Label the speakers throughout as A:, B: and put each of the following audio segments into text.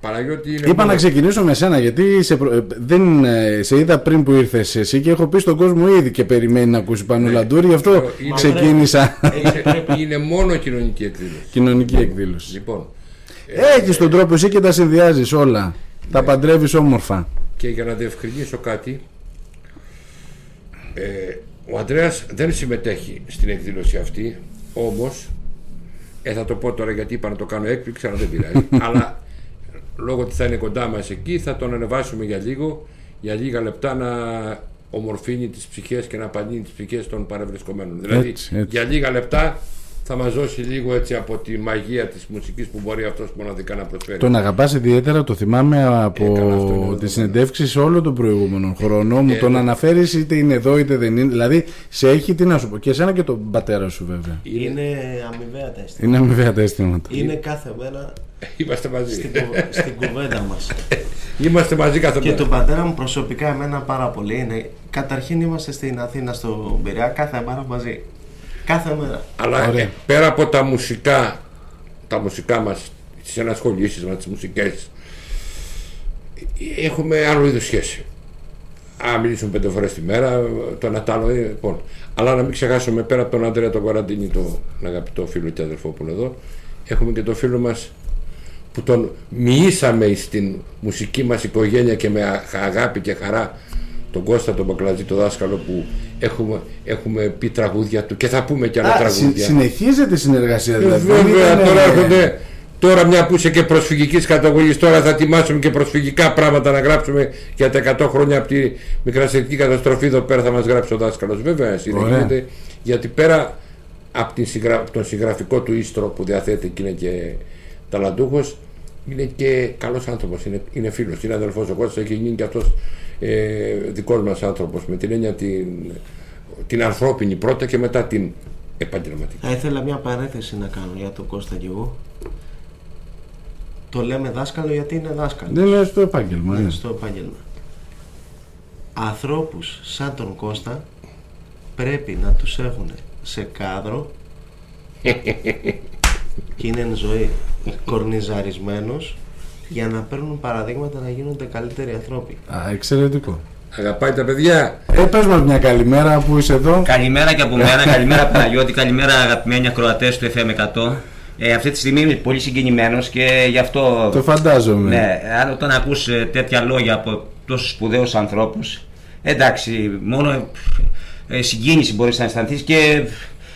A: Παναγιώτη είναι.
B: Είπα
A: μόνο-
B: να ξεκινήσω με σένα γιατί σε, προ- ε, δεν, ε, σε είδα πριν που ήρθες εσύ και έχω πει στον κόσμο ήδη και περιμένει να ακούσει πάνω Λαντούρη, γι' αυτό
A: Ναι. Είναι- Ε,
B: ξεκίνησα
A: Είναι, είναι μόνο κοινωνική εκδήλωση.
B: κοινωνική εκδήλωση.
A: Λοιπόν,
B: Έχει
A: ε,
B: τον τρόπο εσύ και τα συνδυάζεις όλα.
A: Ναι.
B: Τα παντρεύεις όμορφα.
A: και για να διευκρινίσω κάτι, ε, ο Ανδρέας δεν συμμετέχει στην εκδήλωση αυτή, όμως, ε, θα το πω τώρα γιατί είπα να το κάνω έκπληξη, αλλά δεν πειράζει, αλλά λόγω ότι θα είναι κοντά μας εκεί, θα τον ανεβάσουμε για λίγο, για λίγα λεπτά να ομορφύνει τις ψυχές και να απαντήνει τις ψυχές των παρευρισκομένων. Δηλαδή,
B: Έτσι, έτσι.
A: για λίγα λεπτά θα μας δώσει λίγο έτσι από τη μαγεία της μουσικής που μπορεί αυτός μοναδικά να προσφέρει.
B: Τον αγαπάς ιδιαίτερα, το θυμάμαι από
A: Ε, καλά, αυτό είναι εδώ,
B: τι
A: εδώ.
B: συνεντεύξει όλων των προηγούμενων χρόνων. Μου
A: Ε,
B: τον
A: εδώ.
B: αναφέρεις είτε είναι εδώ είτε δεν είναι. Δηλαδή σε έχει τι να σου πω. Και εσένα και τον πατέρα σου βέβαια.
C: Είναι αμοιβαία τα αισθήματα.
B: Είναι αμοιβαία τα αισθήματα.
C: Είναι κάθε μέρα
A: Είμαστε μαζί.
C: στην, κου- στην κουβέντα μας.
A: Είμαστε μαζί κάθε
C: και
A: μέρα.
C: τον πατέρα μου προσωπικά εμένα πάρα πολύ είναι. Καταρχήν είμαστε στην Αθήνα, στο Πειραιά, κάθε μέρα μαζί. Κάθε μέρα.
A: Αλλά
B: Ωραία.
A: ε, πέρα από τα μουσικά, τα μουσικά μας, τις ενασχολήσεις μας, τις μουσικές, ε, έχουμε άλλο είδους σχέση. Α, μιλήσουμε πέντε φορές τη μέρα, το ένα τ' άλλο, ε, λοιπόν. Αλλά να μην ξεχάσουμε πέρα από τον Αντρέα τον Κοραντίνη, τον αγαπητό φίλο και αδερφό που είναι εδώ, έχουμε και τον φίλο μας που τον μοιήσαμε στην μουσική μας οικογένεια και με α- αγάπη και χαρά τον Κώστα τον Μπακλατζή, τον δάσκαλο που έχουμε, έχουμε πει τραγούδια του και θα πούμε και άλλα
B: Α, συ-
A: τραγούδια.
B: συνεχίζεται η συνεργασία
A: Ε,
B: δηλαδή. Δεν
A: Βέβαια,
B: ήταν,
A: τώρα
B: ε,
A: έρχονται. Τώρα μια που είσαι και προσφυγικής καταγωγής, τώρα θα ετοιμάσουμε και προσφυγικά πράγματα να γράψουμε για τα 100 χρόνια από τη μικρασιατική καταστροφή. Εδώ πέρα θα μας γράψει ο δάσκαλος. Βέβαια, εσύ δεν
B: Ωραία.
A: γίνεται. Γιατί πέρα από, την συγγρα... από τον συγγραφικό του ίστρο που διαθέτει και είναι και ταλαντούχος, είναι και καλός άνθρωπος. Είναι, είναι φίλος, είναι αδελφός. Ο Κώστας έχει γίνει και αυτός ε, δικός μας άνθρωπος. Με την έννοια την, την ανθρώπινη πρώτα και μετά την επαγγελματική.
C: Θα ήθελα μια παρένθεση να κάνω για τον Κώστα και εγώ. Το λέμε δάσκαλο γιατί είναι δάσκαλος.
B: Δεν είναι στο επάγγελμα. ναι.
C: στο επάγγελμα. Ανθρώπους σαν τον Κώστα πρέπει να τους έχουν σε κάδρο και είναι εν ζωή κορνιζαρισμένος για να παίρνουν παραδείγματα να γίνονται καλύτεροι άνθρωποι.
B: Α, εξαιρετικό.
A: Αγαπάει τα παιδιά.
B: Ε, πες μας μια καλημέρα που είσαι εδώ.
D: Καλημέρα και από μένα, καλημέρα Παναγιώτη, καλημέρα αγαπημένοι ακροατές του FM100. Ε, αυτή τη στιγμή είμαι πολύ συγκινημένος και γι' αυτό...
B: Το φαντάζομαι.
D: Ναι, αν όταν ακούς ε, τέτοια λόγια από τόσους σπουδαίους ανθρώπους, εντάξει, μόνο ε, συγκίνηση μπορείς να αισθανθείς και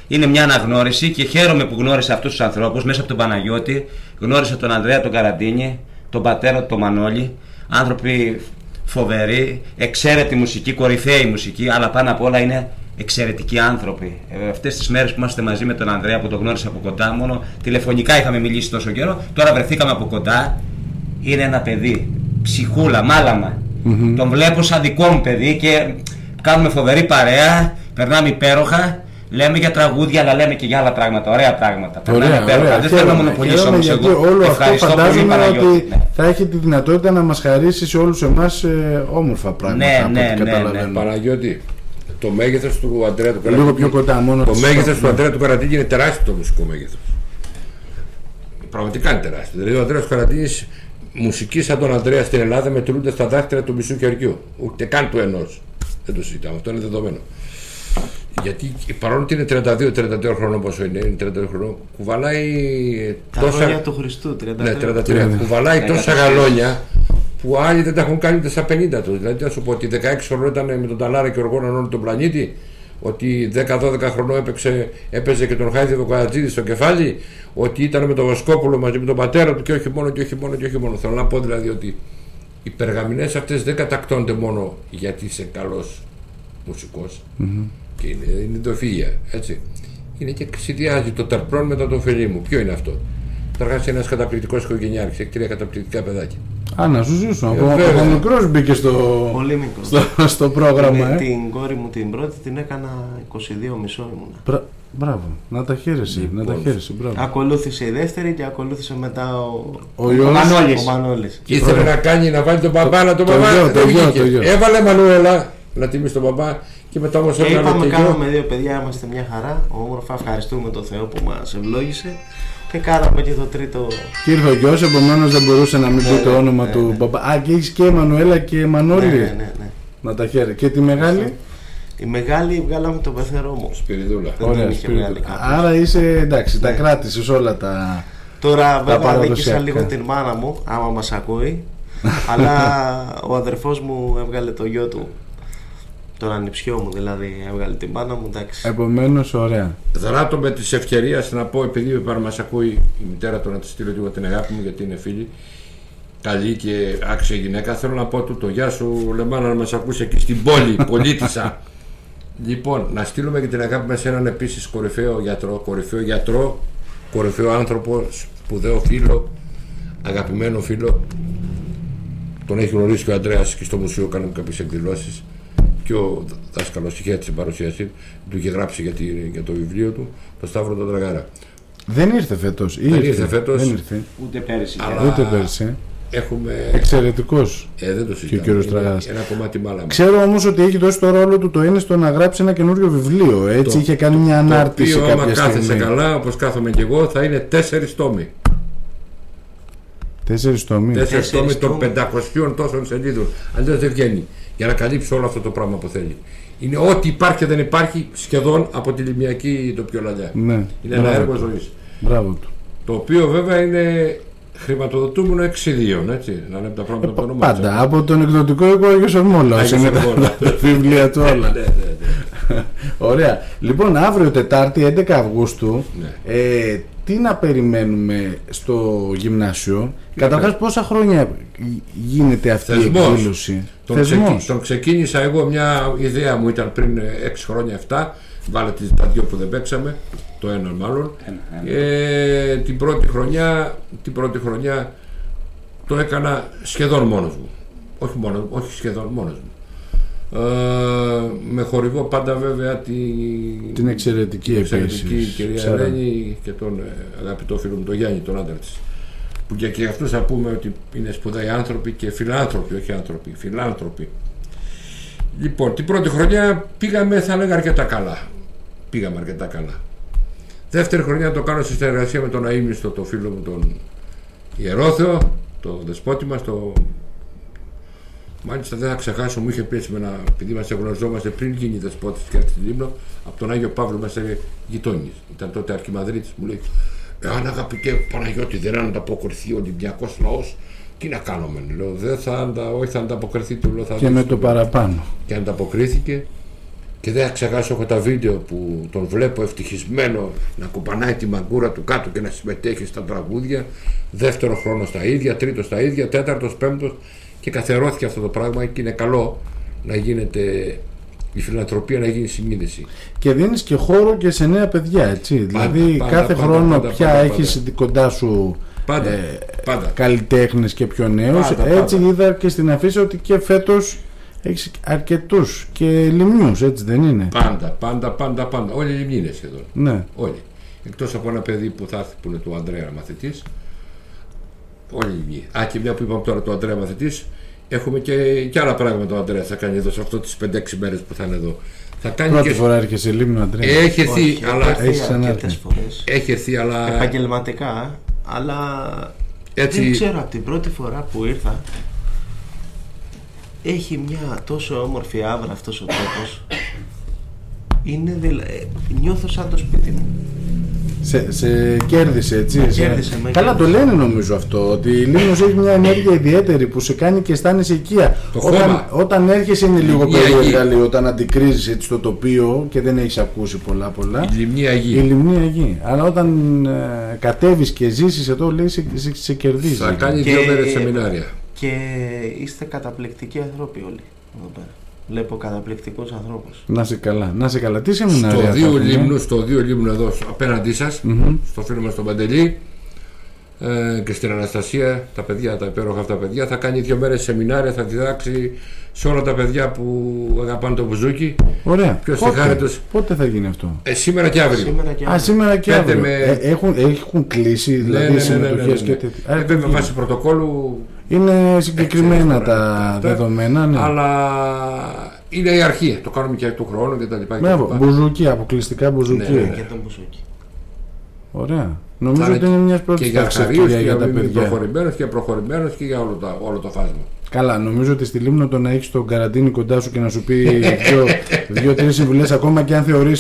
D: είναι μια αναγνώριση και χαίρομαι που γνώρισα αυτούς τους ανθρώπους μέσα από τον Παναγιώτη, γνώρισα τον Ανδρέα τον Καραντίνη, τον πατέρα του τον Μανώλη, άνθρωποι φοβεροί, εξαίρετη μουσική, κορυφαία η μουσική, αλλά πάνω απ' όλα είναι εξαιρετικοί άνθρωποι. Ε, Αυτές τις μέρες που είμαστε μαζί με τον Ανδρέα που τον γνώρισα από κοντά, μόνο τηλεφωνικά είχαμε μιλήσει τόσο καιρό, τώρα βρεθήκαμε από κοντά είναι ένα παιδί. Ψυχούλα, μάλαμα. Τον βλέπω σαν δικό μου παιδί και κάνουμε φοβερή παρέα, περνάμε υπέροχα. Λέμε για τραγούδια, αλλά λέμε και για άλλα πράγματα. Ωραία πράγματα.
B: Ωραία,
D: υπέροχα.
B: ωραία.
D: Δεν θέλω να
B: Χαίρομαι,
D: μονοπολίσω
B: χαίρομαι,
D: όμως
B: γιατί
D: εγώ.
B: όλο αυτό
D: Ευχαριστώ πολύ,
B: φαντάζομαι
D: Παναγιώτη.
B: ότι
D: Ναι.
B: θα έχει τη δυνατότητα να μας χαρίσει σε όλους εμάς ε, όμορφα πράγματα.
D: Ναι,
B: από
D: ναι,
B: ό,τι
D: ναι, ναι.
B: καταλαβαίνω.
A: Παναγιώτη, το μέγεθος του Αντρέα του Καρατίνη.
B: Ε, Λίγο πιο κοντά μόνο.
A: Το
B: στις-
A: μέγεθο
B: Ναι.
A: του Αντρέα του Καρατίνη είναι τεράστιο το μουσικό μέγεθος. Πραγματικά είναι τεράστιο. Δηλαδή ο Αντρέας Καρατίνη μουσική σαν τον Αντρέα στην Ελλάδα μετρούνται στα δάχτυλα του μισού χεριού. Ούτε καν του ενός. Δεν το συζητάμε. Αυτό είναι δεδομένο. Γιατί παρόλο ότι είναι 32-33 χρονών πόσο είναι, είναι 32 χρονών, κουβαλάει ε,
C: Τα
A: τόσα.
C: λόγια του Χριστού, 33.
A: Ναι, 33. Κουβαλάει τόσα γαλόνια που άλλοι δεν τα έχουν κάνει ούτε στα 50 τους. Δηλαδή, να σου πω ότι 16 χρονών ήταν με τον Ταλάρα και ο Οργόναν όλο τον πλανήτη, ότι 10-12 χρονών έπαιξε, έπαιζε και τον Χάιδη Βοκατζίδη στο κεφάλι, ότι ήταν με τον Βοσκόπουλο μαζί με τον πατέρα του και όχι μόνο και όχι μόνο και όχι μόνο. Θέλω να πω δηλαδή ότι οι περγαμηνές αυτές δεν κατακτώνται μόνο γιατί είσαι καλός μουσικός και είναι, είναι το φύγια, έτσι. Είναι και συνδυάζει το ταρπρόν μετά το φιλί μου. Ποιο είναι αυτό. Καταρχά ένας καταπληκτικός οικογενειάρχης, έχει τρία καταπληκτικά παιδάκια.
B: Α, να σου
D: Ε,
B: ζήσουν. Ακόμα
A: βέβαια.
B: και ο μικρός μπήκε στο,
C: Πολύ μικρός.
B: στο, στο πρόγραμμα.
C: Με
B: ε.
C: την κόρη μου την πρώτη την έκανα 22 μισό ήμουνα.
B: Μπρα- Μπράβο, να τα χαίρεσαι,
D: Λοιπόν.
B: να τα χαίρεσαι, μπράβο.
C: Ακολούθησε η δεύτερη και ακολούθησε μετά ο,
B: Ο Ιωάννης-
C: ο Μανώλης.
A: Και ήθελε να κάνει να βάλει τον μπαμπά, να τον
B: το
A: μπαμπά.
B: γιο,
A: δεν
B: το γιο,
A: βγήκε.
B: το γιο.
A: Έβαλε Μανουέλα να τιμήσει τον μπαμπά και μετά όμω
C: Και
A: έβγαλε
C: είπαμε
A: και γιο.
C: κάναμε δύο παιδιά, είμαστε μια χαρά, όμορφα, ευχαριστούμε τον Θεό που μας ευλόγησε. και κάναμε και το τρίτο.
B: Και ήρθε ο γιος, επομένως δεν μπορούσε να μην
C: Ναι,
B: πει το
C: ναι,
B: όνομα
C: ναι,
B: του
C: ναι.
B: μπαμπά. Α, και έχεις και Εμμανουέλα και
C: Ναι,
B: Μανώλη.
C: ναι, ναι, ναι.
B: Να τα χαίρε. Και τη μεγάλη.
C: Η μεγάλη βγάλαμε το πεθερό μου.
A: Σπυριδούλα.
C: Δεν
B: Ωραία,
C: την είχε Ναι.
B: Σπύριο.
C: βγάλει κάποιος.
B: Άρα είσαι εντάξει, τα κράτησες όλα τα.
C: Τώρα βέβαια
B: παραδοσιακά.
C: νίκησα λίγο την μάνα μου, άμα μας ακούει. αλλά ο αδερφός μου έβγαλε το γιο του. Τον ανιψιό μου δηλαδή έβγαλε την μάνα μου,
B: Ε,
C: εντάξει.
B: Επομένως, ωραία.
A: Δράτω με τη ευκαιρία να πω, επειδή μας ακούει η μητέρα του, να της στείλω λίγο την αγάπη μου, γιατί είναι φίλη, καλή και άξια γυναίκα. Θέλω να πω του το γεια σου, Λεμάνα, να μας ακούσει εκεί στην πόλη, πολίτησα. λοιπόν, να στείλουμε και την αγάπη μας σε έναν επίσης κορυφαίο γιατρό, κορυφαίο γιατρό, κορυφαίο άνθρωπο, σπουδαίο φίλο, αγαπημένο φίλο. Τον έχει γνωρίσει και ο Αντρέα και στο μουσείο κάναμε κάποιες εκδηλώσεις. Και ο δάσκαλος είχε την παρουσίασή του, του είχε γράψει για, τη- για το βιβλίο του, το Σταύρο τον Τραγάρα.
B: Δεν ήρθε φέτος.
A: Δεν ήρθε φέτος.
B: Δεν ήρθε.
D: Ούτε πέρυσι.
A: Αλλά-
B: Ούτε πέρσι.
A: Έχουμε.
B: Εξαιρετικός.
A: Ε, δεν το συζητάμε.
B: κύριος
A: Είναι
B: Τραγάς.
A: Ένα κομμάτι μάλα μου.
B: Ξέρω όμως ότι έχει δώσει το ρόλο του το είναι στο να γράψει ένα καινούριο βιβλίο. Έτσι
A: Το-
B: είχε κάνει μια
A: Το
B: ανάρτηση
A: οποίο άμα
B: κάποια
A: κάθεσαι
B: στιγμή.
A: καλά, όπως κάθομαι και εγώ, θα είναι τέσσερις τόμοι.
B: Τέσσερις τομεί.
A: Τέσσερις τόμοι
C: τέσσερις
A: των
C: τόμοι.
A: 500 τόσων σελίδων. Αλλιώς δεν βγαίνει. Για να καλύψει όλο αυτό το πράγμα που θέλει. Είναι ό,τι υπάρχει και δεν υπάρχει σχεδόν από τη λιμιακή τοπιολαλιά.
B: Ναι.
A: Είναι ένα
B: Μπράβο
A: έργο
B: του.
A: ζωής.
B: Μπράβο του.
A: Το οποίο βέβαια είναι χρηματοδοτούμενο εξιδίων, έτσι. Να λέμε τα πράγματα από το όνομά τους.
B: Ε, Πάντα από τον εκδοτικό οίκο Άγιος Ορμόλαος
A: Άγιος
B: είναι τα,
A: Ορμόλαος.
B: τα βιβλία του όλα.
A: Ναι, ναι, ναι.
B: Ωραία. Λοιπόν, αύριο Τετάρτη 11 Αυγούστου,
A: Ναι.
B: ε, τι να περιμένουμε στο γυμνάσιο. Καταρχάς πόσα χρόνια γι- γίνεται αυτή η
A: Θεσμός.
B: εκδήλωση.
A: Τον, ξεκι...
B: Θεσμός.
A: τον ξεκίνησα εγώ, μια ιδέα μου ήταν πριν 6 χρόνια 7. Βάλε τις, τα δύο που δεν παίξαμε, το ένα μάλλον. Ε, την, πρώτη χρονιά, την πρώτη χρονιά το έκανα σχεδόν μόνος μου. Όχι, μόνος, όχι σχεδόν μόνος μου. Ε, με χορηγό πάντα βέβαια την,
B: Την εξαιρετική επίσης.
A: εξαιρετική κυρία
B: Ξέρω.
A: Ελένη και τον ε, αγαπητό φίλο μου τον Γιάννη, τον άντρα της. Που και, και αυτούς θα πούμε ότι είναι σπουδαίοι άνθρωποι και φιλάνθρωποι, όχι άνθρωποι, φιλάνθρωποι. Λοιπόν, την πρώτη χρονιά πήγαμε, θα λέγα, αρκετά καλά. Πήγαμε αρκετά καλά. Δεύτερη χρονιά το κάνω σε συνεργασία με τον αείμνηστο, το φίλο μου, τον Ιερόθεο, το δεσπότη μας, το... Μάλιστα δεν θα ξεχάσω, μου είχε πει έτσι με ένα, επειδή μας εγνωριζόμαστε πριν γίνει δεσπότης και έρθει στην Λίμνο, από τον Άγιο Παύλο μας έλεγε γειτόνιες. Ήταν τότε Αρκιμαδρίτης, μου λέει, εάν αγαπητέ Παναγιώτη δεν ανταποκριθεί ο Ολυμπιακός λαός, τι να κάνουμε, λέω, δεν θα, αντα... όχι θα ανταποκριθεί του λέω, θα
B: Και με
A: δείξουμε»
B: το παραπάνω.
A: και ανταποκρίθηκε και δεν θα ξεχάσω έχω τα βίντεο που τον βλέπω ευτυχισμένο να κουπανάει τη μαγκούρα του κάτω και να συμμετέχει στα τραγούδια δεύτερο χρόνο στα ίδια, τρίτος στα ίδια, τέταρτος, πέμπτος και καθερώθηκε αυτό το πράγμα και είναι καλό να γίνεται η φιλανθρωπία να γίνει συνείδηση.
B: Και δίνεις και χώρο και σε νέα παιδιά, έτσι. δηλαδή
A: πάντα,
B: κάθε
A: πάντα,
B: χρόνο
A: πάντα,
B: πια
A: πάντα,
B: έχεις κοντά σου
A: Πάντα,
B: ε,
A: πάντα.
B: καλλιτέχνες και πιο νέους.
A: Πάντα,
B: έτσι
A: πάντα.
B: είδα και στην αφήσα ότι και φέτος έχεις αρκετούς και λιμνιούς, έτσι δεν είναι.
A: Πάντα, πάντα, πάντα, πάντα. Όλοι οι Λιμνοί είναι σχεδόν.
B: Ναι.
A: Όλοι. Εκτός από ένα παιδί που θα έρθει που είναι του Ανδρέα μαθητής. Όλοι οι ίδιοι. Α, και μια που είπαμε τώρα του Ανδρέα μαθητής, έχουμε και, και άλλα πράγματα ο Ανδρέα θα κάνει εδώ σε αυτό τι 5-6 μέρες που θα είναι εδώ. Θα κάνει
B: Πρώτη
A: Ε, και. Ε-
B: φορά έρχεσαι λίμνο, Αντρέας.
A: Έχει έρθει,
C: Όχι,
A: αλλά.
C: έχω έρθει
B: Έχεις ανάρθει.
C: αρκετές φορές.
A: Έχει έρθει, αλλά.
C: Επαγγελματικά, ε, αλλά
A: Έτσι-
C: δεν ξέρω από την πρώτη φορά που ήρθα έχει μια τόσο όμορφη άβρα αυτός ο τόπος είναι δηλα... ε, νιώθω σαν το σπίτι μου
B: Σε, σε κέρδισε, έτσι. σε-
C: κέρδισε, με
B: Καλά το
C: κέρδισε.
B: λένε νομίζω αυτό. Ότι η Λίμνος έχει μια ενέργεια ιδιαίτερη που σε κάνει και αισθάνεσαι οικία.
A: Το
B: όταν,
A: χώμα.
B: όταν έρχεσαι είναι λίγο
A: Μια
B: περίεργα,
A: γη.
B: λέει, όταν αντικρίζεις έτσι το τοπίο και δεν έχεις ακούσει πολλά πολλά.
A: Η λιμνή Αγία.
B: Η λιμνή Αγή. Αλλά όταν ε, κατέβεις και ζήσεις εδώ, λέει, σε, σε, σε κερδίζεις.
A: Θα κάνει
C: Και-
A: δύο μέρες σεμινάρια.
C: και είστε καταπληκτικοί ανθρώποι όλοι εδώ πέρα βλέπω καταπληκτικούς ανθρώπους
B: Να σε καλά, να ναι. σε καλά. Τι σεμινάρια
A: Στο
B: θα
A: δύο
B: έχουμε?
A: λίμνου, στο δύο λίμνου εδώ στο- απέναντί σας, στο φίλο μας τον Παντελή ε, και στην Αναστασία, τα παιδιά, τα υπέροχα αυτά παιδιά, θα κάνει δύο μέρες σεμινάρια, θα διδάξει σε όλα τα παιδιά που αγαπάνε το μπουζούκι.
B: Ωραία.
A: Ποιος
B: πότε,
A: συγχάρητος.
B: πότε θα γίνει αυτό.
A: Ε, σήμερα και αύριο.
C: σήμερα και
B: Α,
C: αύριο.
B: σήμερα και
A: Πέντε
B: αύριο.
A: με-
B: Ε, έχουν, έχουν κλείσει
A: Ναι,
B: δηλαδή
A: ναι, ναι, ναι, ναι,
B: συμμετοχές
A: ναι, ναι.
B: και τέτοια.
A: Ε, βέβαια, βάσει πρωτοκόλλου.
B: Είναι συγκεκριμένα
A: ξέρεις τώρα,
B: τα
A: αυτά.
B: δεδομένα. Ναι.
A: Αλλά είναι η αρχή. Το κάνουμε και του χρόνου κτλ.
B: Μπράβο, μπουζούκι, αποκλειστικά μπουζούκι.
A: Ναι, ναι, ναι.
C: και τον Μπουσούκι
B: Ωραία. Νομίζω ότι είναι μιας
A: και
B: πρώτη
A: για
B: τάξης
A: καρίους
B: ευκαιρία
A: και
B: για τα
A: για
B: παιδιά.
A: προχωρημένους και προχωρημένους και για όλο, τα, όλο το φάσμα.
B: Καλά, νομίζω ότι στη Λίμνο το να έχεις τον καραντίνη κοντά σου και να σου πει δύο-τρει συμβουλές ακόμα και αν ε, θεωρεί.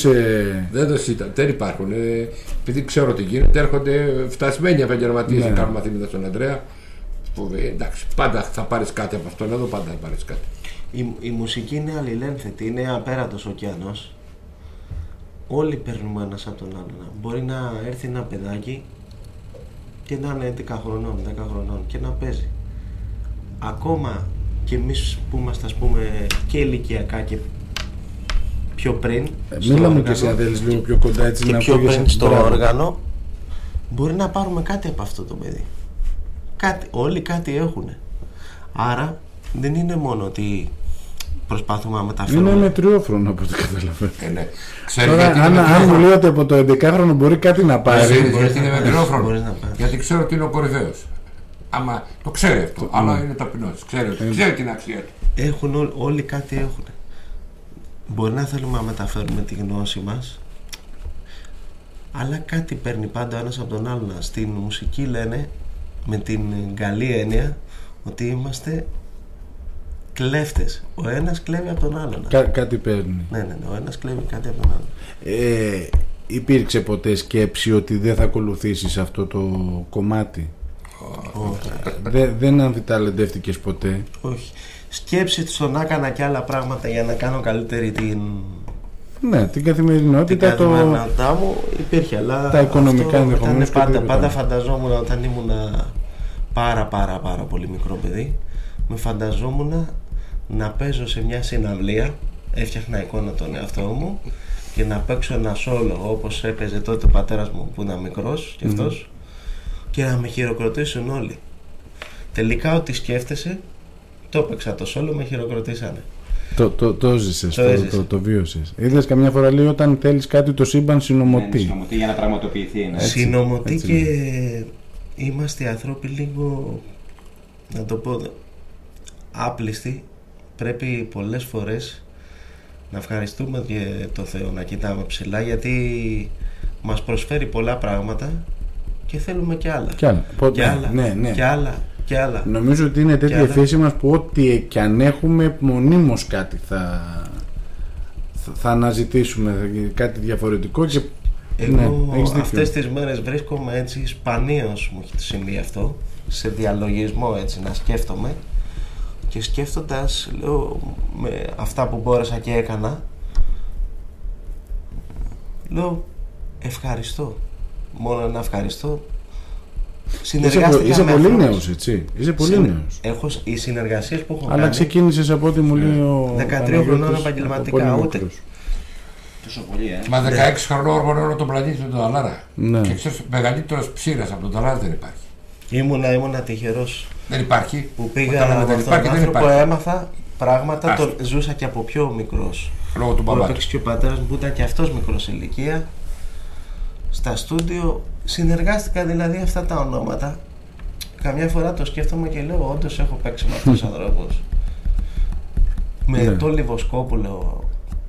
A: Δεν, το συζητά- δεν υπάρχουν. Ε, επειδή ξέρω τι γίνεται, έρχονται φτασμένοι επαγγελματίες
B: Ναι.
A: να κάνουν μαθήματα στον Ανδρέα. Που, ε, εντάξει, πάντα θα πάρεις κάτι από αυτόν εδώ, πάντα θα πάρεις κάτι.
C: Η, η μουσική είναι αλληλένθετη, είναι απέραντος ωκεανός. Όλοι παίρνουμε ένας από τον άλλον. Μπορεί να έρθει ένα παιδάκι και να είναι 11 χρονών, 10 χρονών και να παίζει. Ακόμα και εμείς που είμαστε ας πούμε και ηλικιακά και πιο πριν
B: Ε,
C: στο
B: Μίλα μου και
C: όργανο,
B: εσύ αν θέλεις λίγο πιο κοντά έτσι
C: και
B: να
C: πιο
B: ακούγεσαι.
C: πριν στο
B: Μπράβο.
C: όργανο μπορεί να πάρουμε κάτι από αυτό το παιδί κάτι, όλοι κάτι έχουν άρα δεν είναι μόνο ότι προσπαθούμε να μεταφέρουμε
B: Είναι με τριόφρονο από ό,τι καταλαβαίνω.
A: Ε, ναι. Ξέρεις
B: Τώρα,
A: γιατί
B: αν,
A: είναι
B: αν
A: μικρόφωνο.
B: μου λέει ότι από το 11χρονο μπορεί κάτι να πάρει.
A: Ξέρεις γιατί είναι
C: να
A: με
C: πάρεις,
A: μικρόφωνο.
C: μπορείς να πάρεις.
A: Γιατί ξέρω ότι είναι ο κορυφαίος. Άμα το ξέρει αυτό,
B: ναι.
A: αλλά είναι ταπεινός. Ξέρει,
B: Ε.
A: ξέρει την αξία του.
C: έχουν ό- όλοι κάτι έχουν μπορεί να θέλουμε να μεταφέρουμε τη γνώση μας αλλά κάτι παίρνει πάντα ο ένας από τον άλλον στην μουσική λένε με την καλή έννοια ότι είμαστε κλέφτες ο ένας κλέβει από τον άλλον
B: Κά- κάτι παίρνει.
C: Ναι, ναι, ναι. Ο ένας κλέβει κάτι από τον άλλο.
B: Ε, υπήρξε ποτέ σκέψη ότι δεν θα ακολουθήσεις αυτό το κομμάτι.
C: Όχι.
B: Δε- δεν αμφιταλεντεύτηκες ποτέ.
C: όχι. Σκέψη του στο να έκανα και άλλα πράγματα για να κάνω καλύτερη την,
B: Ναι, την
C: την
B: καθημερινότητα. το...
C: καθημερινότητά μου υπήρχε. Αλλά
B: τα οικονομικά
C: αυτό ήταν
B: ενδεχομένως και
C: Πάντα,
B: οτιδήποτε.
C: πάντα φανταζόμουν όταν ήμουν πάρα πάρα πάρα πολύ μικρό παιδί, με φανταζόμουν να παίζω σε μια συναυλία. Έφτιαχνα εικόνα τον εαυτό μου και να παίξω ένα σόλο όπως έπαιζε τότε ο πατέρας μου που ήταν μικρός και αυτός και να με χειροκροτήσουν όλοι. Τελικά ό,τι σκέφτεσαι, το έπαιξα το σόλο, με χειροκροτήσανε.
B: Το, το, το ζήσες,
C: Το
B: το, το,
C: έζησα.
B: το, βίωσες. Είδες καμιά φορά λέει όταν θέλεις κάτι το σύμπαν
D: Ναι,
B: συνομωτεί.
D: συνωμοτεί για να πραγματοποιηθεί. ναι.
B: Έτσι,
C: Συνομωτή
B: έτσι
C: και είμαστε άνθρωποι λίγο, να το πω, άπλιστοι. Πρέπει πολλές φορές να ευχαριστούμε και το Θεό να κοιτάμε ψηλά γιατί μας προσφέρει πολλά πράγματα και θέλουμε και άλλα.
B: Κι άλλα. Ποτέ.
C: Και άλλα.
B: Ναι, ναι.
C: Και άλλα. Και άλλα.
B: Νομίζω ότι είναι τέτοια η
C: άλλα.
B: φύση μας που ό,τι ε, και αν έχουμε μονίμως κάτι θα, θα, θα αναζητήσουμε, κάτι διαφορετικό και...
C: Εγώ
B: ναι, έχεις δίκιο.
C: αυτές τις μέρες βρίσκομαι έτσι σπανίως μου έχει συμβεί αυτό σε διαλογισμό έτσι να σκέφτομαι και σκέφτοντας λέω με αυτά που μπόρεσα και έκανα λέω ευχαριστώ μόνο ένα ευχαριστώ
B: Είσαι, πο-
C: συνεργάστηκα
B: είσαι
C: με
B: πολύ
C: ανθρώπους.
B: νέος, έτσι. Είσαι πολύ
C: Συνε-
B: νέος.
C: έχω, οι συνεργασίες που έχω
B: Αλλά
C: κάνει
B: ξεκίνησες από ό,τι μου λέει ο
C: 13
B: Παναγιώτης
C: χρονών
B: από
C: επαγγελματικά,
B: πολύ
C: ούτε.
B: μικρός.
D: Τόσο πολύ, ε.
A: Μα 16 χρονών όργανο όλο τον πλανήτη του Νταλάρα.
B: Ναι.
A: Και ξέρεις, μεγαλύτερος ψήρας από τον Νταλάρα δεν υπάρχει.
C: ήμουνα, ήμουνα τυχερός
A: Δεν υπάρχει.
C: που
A: Όταν λέμε
C: πήγα από
A: δεν
C: αυτόν
A: υπάρχει,
C: τον
A: δεν
C: άνθρωπο
A: υπάρχει.
C: έμαθα πράγματα,
A: Άστο.
C: τον ζούσα και από πιο μικρός
A: Λόγω του
C: Που
A: μπαμπά του.
C: έπαιξε και ο πατέρας μου που ήταν και αυτός μικρός ηλικία. Στα στούντιο συνεργάστηκα δηλαδή αυτά τα ονόματα. Καμιά φορά το σκέφτομαι και λέω: Όντως έχω παίξει με αυτού του
A: Hm.
C: ανθρώπου. με
B: Ναι.
C: τον Λιβοσκόπουλο,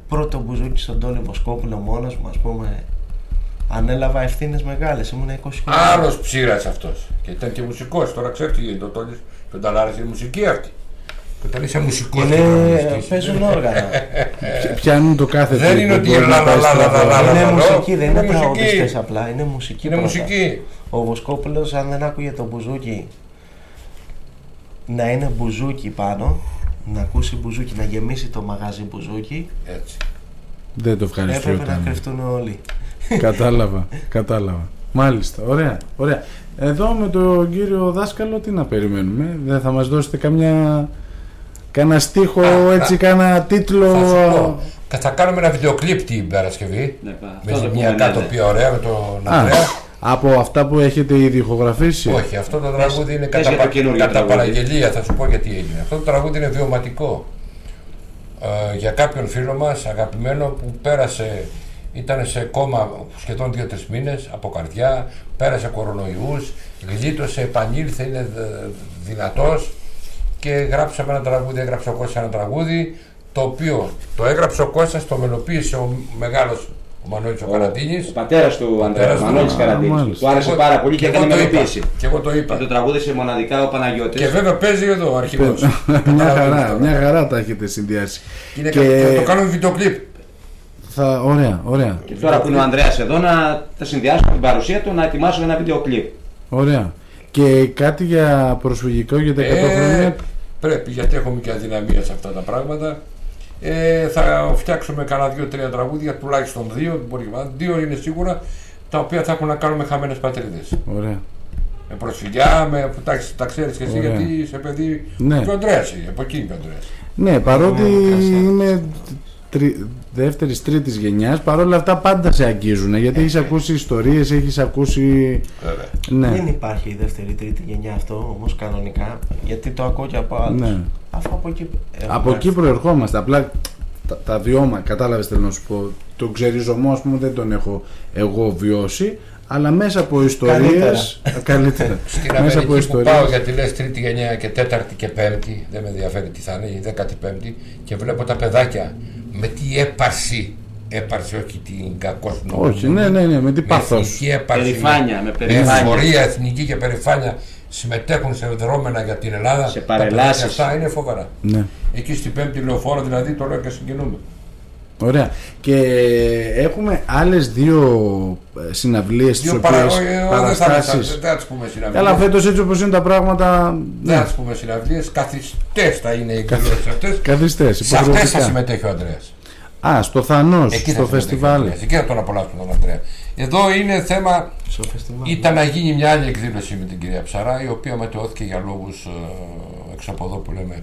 C: πρώτο μπουζούκι στον τον Λιβοσκόπουλο μόνος μου, ας πούμε. Ανέλαβα ευθύνες μεγάλες. Ήμουν 20 χρόνια.
A: Άλλος ψήρας αυτός. Και ήταν και μουσικός. Τώρα ξέρεις τι γίνεται. Ο Τόλη και ο Νταλάρα είναι μουσική αυτή. ε, Και όταν είσαι μουσικός.
C: Είναι, παίζουν όργανα.
B: Πι- Πιάνουν το κάθε
A: Δεν
B: τρόπο,
A: είναι ότι
B: μπορεί να
A: λα-
B: πάει
A: λα-
B: στραβά.
A: λα- λα- λα- λα-
C: είναι
A: Παρακαλώ.
C: μουσική, δεν είναι,
A: Είναι μουσική.
C: τραγουδιστές απλά, είναι μουσική.
A: Είναι
C: πρώτα.
A: μουσική.
C: Ο Βοσκόπουλος αν δεν άκουγε το μπουζούκι να είναι μπουζούκι πάνω, να ακούσει μπουζούκι, να γεμίσει το μαγαζί μπουζούκι,
A: Έτσι.
B: Δεν το ευχαριστώ.
C: έπρεπε να κρυφτούν όλοι.
B: Κατάλαβα, κατάλαβα. Μάλιστα, ωραία, ωραία. Εδώ με τον κύριο δάσκαλο τι να περιμένουμε, δεν θα μας δώσετε καμιά... Κάνα στίχο, έτσι, κάνα τίτλο.
A: Θα σου πω. κα- Θα κάνουμε ένα βιντεοκλίπ την Παρασκευή.
D: Ναι, πα-
A: Με
D: αυτό το πούμε,
A: μια
D: ναι, ναι.
A: κατοπία ωραία με τον
B: Α,
A: Ανδρέα.
B: από αυτά που έχετε ήδη ηχογραφήσει.
A: Όχι, αυτό το τραγούδι είναι
D: πες
A: κατά,
D: Ναι. για το
A: πα-
D: καινούργιο
A: κατά
D: τραγούδι.
A: παραγγελία. Θα σου πω γιατί έγινε. Αυτό το τραγούδι είναι βιωματικό. Ε, για κάποιον φίλο μας, αγαπημένο, που πέρασε, ήταν σε κόμμα σχεδόν 2-3 μήνες από καρδιά, πέρασε κορονοϊούς, γλίτωσε, επανήλθε, είναι δυνατός και γράψαμε ένα τραγούδι, έγραψε ο Κώστας ένα τραγούδι το οποίο το έγραψε ο Κώστας, το μελοποίησε ο μεγάλος Ο Μανώλης ο Καρατίνης.
D: Ο πατέρας του Αντρέα,
A: πατέρας του,
D: Μανώλης
A: α,
D: Καραντίνη.
B: μάλιστα.
D: Του άρεσε πάρα πολύ και
A: εγώ
D: έκανε
A: το είπα.
D: μελοποίηση.
A: Και εγώ το
D: Και το
A: είπα.
D: τραγούδισε μοναδικά ο Παναγιώτης.
A: Και βέβαια παίζει εδώ ο αρχηγός.
B: Ε, μια χαρά, μια χαρά τα έχετε συνδυάσει.
A: Και... και το κάνουμε βίντεο κλιπ.
B: θα, ωραία, ωραία,
D: Και τώρα που είναι ο Ανδρέας εδώ να τα συνδυάσουμε με την παρουσία του να ετοιμάσουμε ένα βίντεο κλιπ.
B: ωραία. Και κάτι για προσφυγικό για τα 100
A: Ε,
B: χρόνια.
A: πρέπει γιατί έχουμε και αδυναμία σε αυτά τα πράγματα. Ε, θα φτιάξουμε κανένα δύο-τρία τραγούδια, τουλάχιστον δύο, μπορεί και πάνω, δύο είναι σίγουρα, τα οποία θα έχουν να κάνουν με χαμένες πατρίδες.
B: Ωραία.
A: Με προσφυγιά, με που τα, τα ξέρεις και εσύ,
B: Ωραία.
A: γιατί είσαι παιδί.
B: Ναι.
A: Και ο Αντρέα είναι, από εκεί είναι ο Ανδρέας.
B: Ναι, παρότι
A: Ωραία,
B: είμαι δεύτερης τρίτης γενιάς, παρόλα αυτά πάντα σε αγγίζουν.
A: Ε,
B: Γιατί έχεις ακούσει ιστορίες, έχεις ακούσει.
A: Βέβαια.
B: Ναι,
C: Δεν υπάρχει η δεύτερη, τρίτη γενιά αυτό όμως κανονικά. Γιατί το ακούω και από άλλους.
B: ναι.
C: Αφού από εκεί. Ε, έχουμε
B: Από
C: έρθει.
B: εκεί προερχόμαστε. Απλά τα, τα βιώμα, κατάλαβες θέλω να σου πω. Τον ξεριζωμό, ας πούμε, δεν τον έχω εγώ βιώσει. Αλλά μέσα από ιστορίες. Καλύτερα.
A: Στην
B: μέσα από
A: Αμερική που
B: ιστορίε.
A: πάω γιατί λες τρίτη γενιά και τέταρτη και πέμπτη, δεν με ενδιαφέρει τι θα είναι, η δέκατη πέμπτη και βλέπω τα παιδάκια με τι έπαρση, έπαρση όχι την κακό
B: Όχι, ναι, ναι, ναι, με τι
A: με
B: πάθος.
A: εθνική έπαρση,
D: Περιφάνεια, με
A: με
D: περιφάνεια.
A: εφορία εθνική και περιφάνεια συμμετέχουν σε δρόμενα για την Ελλάδα.
D: Σε
A: Τα παιδιά
D: παρελάσεις.
A: Αυτά είναι φοβερά.
B: Ναι.
A: Εκεί στην πέμπτη λεωφόρο δηλαδή το λέω και συγκινούμε.
B: Ωραία. Και έχουμε άλλες δύο ε, συναυλίες τις
A: Δύο
B: οποίες
A: παρα... όχι, όχι, δεν θα
B: παραστάσεις.
A: δεν θα τις πούμε συναυλίες.
B: Καλά, φέτος έτσι όπως είναι τα πράγματα.
A: Δεν θα
B: Ναι,
A: τις πούμε συναυλίες. Καθιστές θα είναι οι εκδηλώσεις αυτές.
B: καθιστές.
A: Σε αυτές θα συμμετέχει ο Ανδρέας.
B: Α, στο Θανός,
A: Εκεί θα
B: στο
A: συμμετέχει ο
B: φεστιβάλ.
A: Ανδρέας. Εκεί θα τον απολαύσουμε τον Ανδρέα. Εδώ είναι θέμα,
C: Στο φεστιβάλ.
A: ήταν να γίνει μια άλλη εκδήλωση με την κυρία Ψαρά, η οποία μετεώθηκε για λόγους ε, έξω από εδώ που λέμε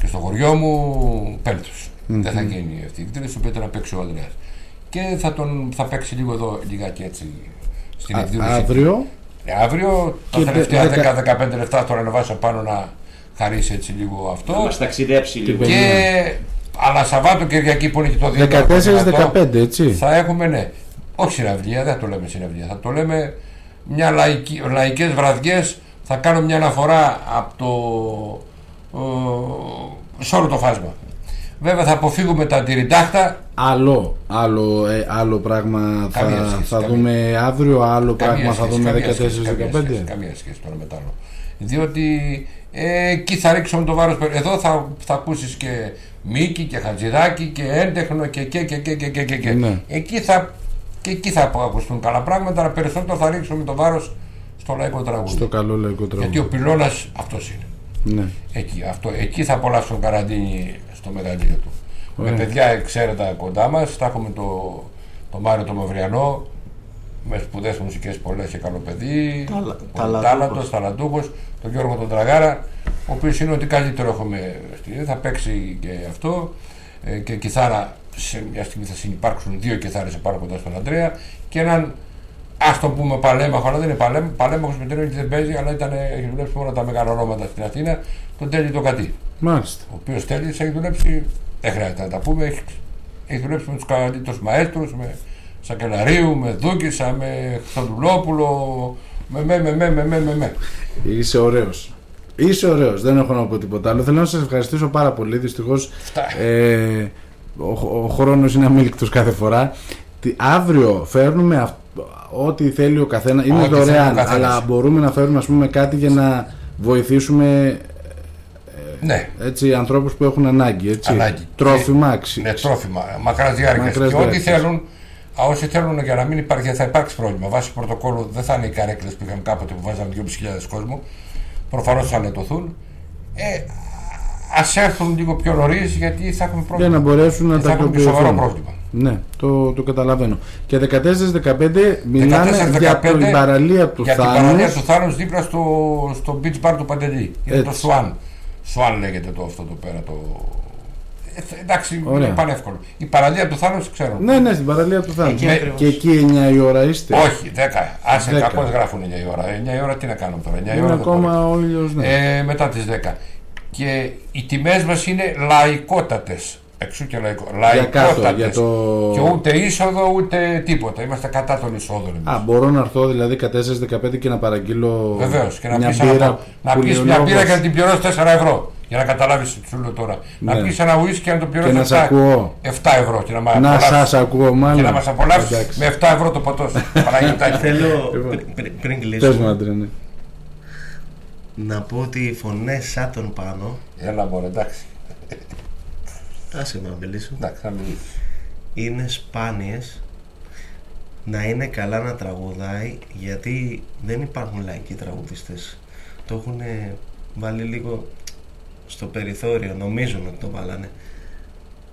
A: και στο χωριό μου, πέμπτους. Δεν θα γίνει αυτή η εκδήλωση, η οποία ήταν να παίξει ο Ανδρέας. Και θα, τον, θα παίξει λίγο εδώ, λιγάκι έτσι, στην εκδήλωση.
B: Αύριο.
A: Ε, αύριο, τα
B: Και δε- δεκα-
A: τελευταία 10-15 λεπτά τον ανεβάσω πάνω να χαρίσει έτσι λίγο
D: Θα
A: αυτό.
D: μας ταξιδέψει λοιπόν. λίγο.
B: παιδιά.
A: Και αλλά Σαββάτο Κυριακή που είναι και το δίδυμο
B: 14-15, έτσι.
A: θα έχουμε, ναι, όχι συναυλία, δεν θα το λέμε συναυλία, θα το λέμε μια λαϊκή, λαϊκές βραδιές, θα κάνω μια αναφορά από το, ε, σε όλο το φάσμα. Βέβαια θα αποφύγουμε τα αντιριντάχτα,
B: Άλλο, άλλο, ε, άλλο πράγμα θα,
A: Καμία σχέση,
B: θα
A: καμία.
B: δούμε αύριο, άλλο
A: καμία
B: πράγμα θα
A: σχέση,
B: δούμε
A: καμία σχέση, καμία
B: 14-15.
A: σχέση, Καμία σχέση τώρα με τα άλλο. Διότι ε, εκεί θα ρίξουμε το βάρος, εδώ θα, θα ακούσεις και Μίκη και Χατζηδάκη και έντεχνο και και και και και και, και, και.
B: Ναι.
A: Εκεί θα, και εκεί θα ακουστούν καλά πράγματα, αλλά περισσότερο θα ρίξουμε το βάρος στο λαϊκό τραγούδι.
B: Στο καλό λαϊκό
A: Γιατί ο
B: τραγούδι.
A: πυλώνας αυτός είναι.
B: Ναι.
A: Εκεί, αυτό, εκεί θα απολαύσουν καραντίνη στο μεγαλείο του.
B: Ωραία.
A: Με παιδιά εξαίρετα κοντά μας. Θα έχουμε το, το Μάριο το Μαυριανό με σπουδές μουσικές πολλές και καλό παιδί.
C: Ταλα-
A: ο
C: ταλαντούχος.
A: Τάλαντος, Ταλαντούχος, τον Γιώργο τον Τραγάρα, ο οποίος είναι ότι καλύτερο έχουμε στη Θα παίξει και αυτό ε, και κιθάρα. Σε μια στιγμή θα συνεπάρξουν δύο κιθάρες πάρα κοντά στον Αντρέα και έναν Ας το πούμε παλέμαχο, αλλά δεν είναι παλέμαχο. Παλέμαχος με τρένο και δεν παίζει, αλλά ήταν, έχει δουλέψει μόνο τα μεγάλα ονόματα στην Αθήνα. Τον Τέλη τον Κατή.
B: Μάλιστα.
A: Ο οποίος Τέλης έχει δουλέψει, δεν χρειάζεται να τα πούμε, έχει, έχει δουλέψει με τους καλύτερου μαέστρους, με Σακελαρίου, με Δούκησα, με Χρυστοδουλόπουλο. Με με με με με με με. με.
B: Είσαι ωραίος. Είσαι ωραίος. Δεν έχω να πω τίποτα άλλο. Θέλω να σας ευχαριστήσω πάρα πολύ. Δυστυχώς ε, ο, ο χρόνος είναι αμήλικτος κάθε φορά. Τι, αύριο φέρνουμε αυ- ό,τι θέλει ο καθένα. Είναι
A: Ό,τι θέλει ο
B: δωρεάν,
A: καθένας.
B: αλλά μπορούμε να φέρουμε ας πούμε, κάτι για να βοηθήσουμε
A: Ναι,
B: έτσι, ανθρώπους που έχουν ανάγκη. Έτσι.
A: Ανάγκη. Ε, ναι,
B: Τρόφιμα, αξι-
A: είναι τρόφιμα, μακράς διάρκειας.
B: Μακράς
A: Και ό,τι
B: διάρκειας.
A: θέλουν, α, όσοι θέλουν για να μην υπάρχει, θα υπάρξει πρόβλημα. Βάσει πρωτοκόλλου δεν θα είναι οι καρέκλες που είχαν κάποτε που βάζαν 2.500 κόσμο. Προφανώς θα ανετωθούν. Ε, Ας έρθουν λίγο πιο νωρίς γιατί θα έχουμε
B: για να
A: πρόβλημα.
B: μπορέσουν να
A: Ε, θα
B: τα
A: έχουμε και σοβαρό
B: τακτοποιηθούν.
A: πρόβλημα.
B: Ναι, το, το καταλαβαίνω. Και 14-15 μιλάμε
A: 14-15
B: για την παραλία του
A: Για την παραλία
B: Θάνους.
A: του Θάνους δίπλα στο, στο beach bar του Παντελή. Είναι το
B: Έτσι.
A: Swan. Swan λέγεται το αυτό το πέρα το... Ε, εντάξει,
B: Ωραία.
A: είναι πανεύκολο. Η παραλία του Θάνους ξέρω.
B: Ναι, ναι, στην παραλία του Θάνους.
C: Εκεί
A: με-
C: ακριβώς.
B: Και εκεί 9 η ώρα είστε.
A: Όχι, 10. Άσε,
B: 10.
A: κακώς γράφουν 9 η ώρα. 9 η ώρα τι να κάνουμε τώρα. 9 η
B: Είναι
A: ώρα το πρωί.
B: ακόμα ο ήλιος. Ναι.
A: ε, μετά τις 10. Και οι τιμές μας είναι λαϊκότατες. Εξού και λαϊκό.
B: για κάτω,
A: Λαϊκότατες.
B: για το.
A: Και ούτε είσοδο ούτε τίποτα. Είμαστε κατά των εισόδων. εμείς.
B: Α, μπορώ να έρθω δηλαδή 14-15 και να παραγγείλω
A: Βεβαίως. Και να
B: μια
A: πεις,
B: πύρα
A: ένα, να
B: που
A: πεις
B: λέει ο
A: μια πύρα
B: λόγος.
A: και να την πληρώσεις 4 ευρώ. Για να καταλάβεις τι σου λέω τώρα.
B: Ναι.
A: Να πεις ένα ουίσκι αν το
B: Και
A: πληρώνει
B: να
A: 7,
B: σ' ακούω.
A: 7 ευρώ. Και να, μ'
B: Να
A: απολαύσεις.
B: σας ακούω,
A: και
B: μάλλον.
A: να μας απολαύσεις
B: Εντάξει.
A: με 7 ευρώ το ποτός σου. Παναγιωτάκη.
C: Θέλω
B: Λοιπόν.
C: πρι- πρι- πριν
B: Πες μου,
C: κλείσουμε
B: άντρε, ναι.
C: να πω ότι οι φωνές σαν τον πάνω.
A: Έλα μπορεί, εντάξει.
C: Άσε με να μιλήσω.
A: Εντάξει, θα μιλήσεις.
C: είναι σπάνιες να είναι καλά να τραγουδάει γιατί δεν υπάρχουν λαϊκοί τραγουδιστές το έχουν βάλει λίγο στο περιθώριο νομίζουν ότι το βάλανε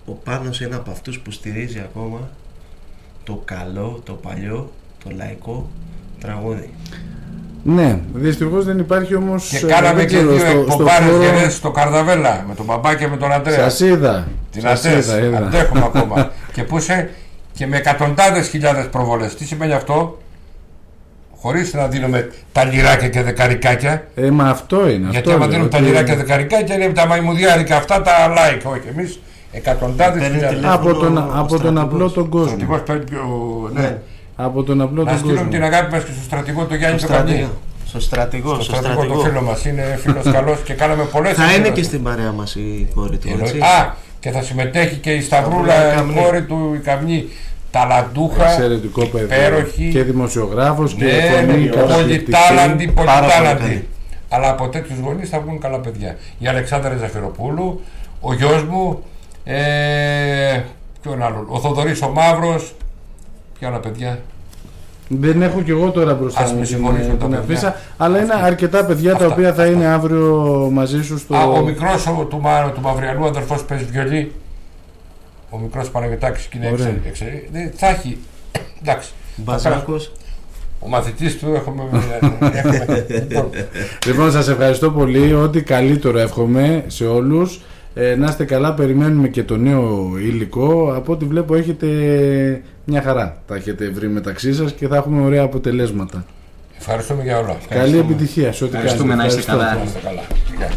C: ο Πάνος είναι από αυτούς που στηρίζει ακόμα το καλό, το παλιό, το λαϊκό τραγούδι
B: Ναι, δυστυχώ δεν υπάρχει ε, όμως.
A: Και κάναμε και δύο εκπομπάρε γερέ στο Καρδαβέλα με τον μπαμπά και με τον Αντρέα.
B: Σας είδα. Σας
A: Δυνατέ,
B: είδα, είδα.
A: ε, αντέχουμε ακόμα. και που είσαι και με εκατοντάδες χιλιάδες προβολές. Τι σημαίνει αυτό, χωρίς να δίνουμε τα λιράκια και δεκαρικάκια.
B: Ε, μα αυτό είναι.
A: γιατί
B: αυτό
A: άμα
B: λέω,
A: δίνουν τα
B: ότι-
A: λιράκια και δεκαρικάκια είναι τα μαϊμουδιάρικα αυτά τα like. Όχι, εμείς εκατοντάδες
C: Παίρνει
A: χιλιάδες.
C: τηλέφωνο.
B: Από τον,
C: Ο
B: από τον
C: στρατηγός.
B: απλό τον κόσμο.
A: Στρατηγός παίρνει πιο. Ναι.
B: Από τον απλό
A: Να
B: τον κόσμο.
A: στείλουμε την αγάπη μας και στο στρατηγό του Γιάννη
C: στο
A: Καπανί.
C: στρατηγό, στο στρατηγό,
A: Στο
C: στο
A: στρατηγό το
C: στρατηγό.
A: φίλο μας είναι φίλος καλός και κάναμε πολλές
C: θα είναι και στην παρέα μας η κόρη του έτσι.
A: Α, και θα συμμετέχει και η
C: Σταυρούλα
A: Σταυρούλα, η
C: Καμνή.
A: κόρη του, η Καμνή. Ταλαντούχα,
B: Εξαιρετικό παιδί.
A: υπέροχη.
B: Και δημοσιογράφος και φωνή.
A: Ναι, πολύ
B: καταπληκτική.
A: τάλαντη, πολύ
C: Πάρα πολύ
A: τάλαντη.
C: καλή.
A: Αλλά από τέτοιους γονείς θα βγουν καλά παιδιά. Η Αλεξάνδρα Ζαφυροπούλου, ο γιος μου, ε, ποιον άλλον, ο Θοδωρής ο Μαύρος. Ποια άλλα παιδιά.
B: Δεν έχω και εγώ τώρα μπροστά
A: Ας
B: μου
A: με
B: την-
A: συγχωρήσουν τα
B: την
A: παιδιά.
B: αφίσα, αλλά είναι αρκετά παιδιά τα
A: Αυτά,
B: οποία θα
A: αυτά.
B: είναι αύριο μαζί σου στο.
A: Α, ο μικρός του, Μα- του Μαυριανού αδερφός παίζει βιολί. Ο μικρός Παναγιωτάκης και είναι
B: Ωραία.
A: εξαιρε- εξαιρε- ναι, Θα έχει. Εντάξει.
C: Μπαζάκος,
A: Ο μαθητής του έχουμε. έχουμε- λοιπόν,
B: Λοιπόν, σας ευχαριστώ πολύ. Ό,τι καλύτερο εύχομαι σε όλους. Ε, να είστε καλά, περιμένουμε και το νέο υλικό. Από ό,τι βλέπω έχετε μια χαρά. Τα έχετε βρει μεταξύ σας και θα έχουμε ωραία αποτελέσματα.
A: Ευχαριστούμε για όλα.
B: Καλή επιτυχία σε ό,τι
D: Ευχαριστούμε,
B: κάνετε.
D: να είστε
B: Ευχαριστώ.
D: καλά.
A: Είμαστε καλά. Γεια.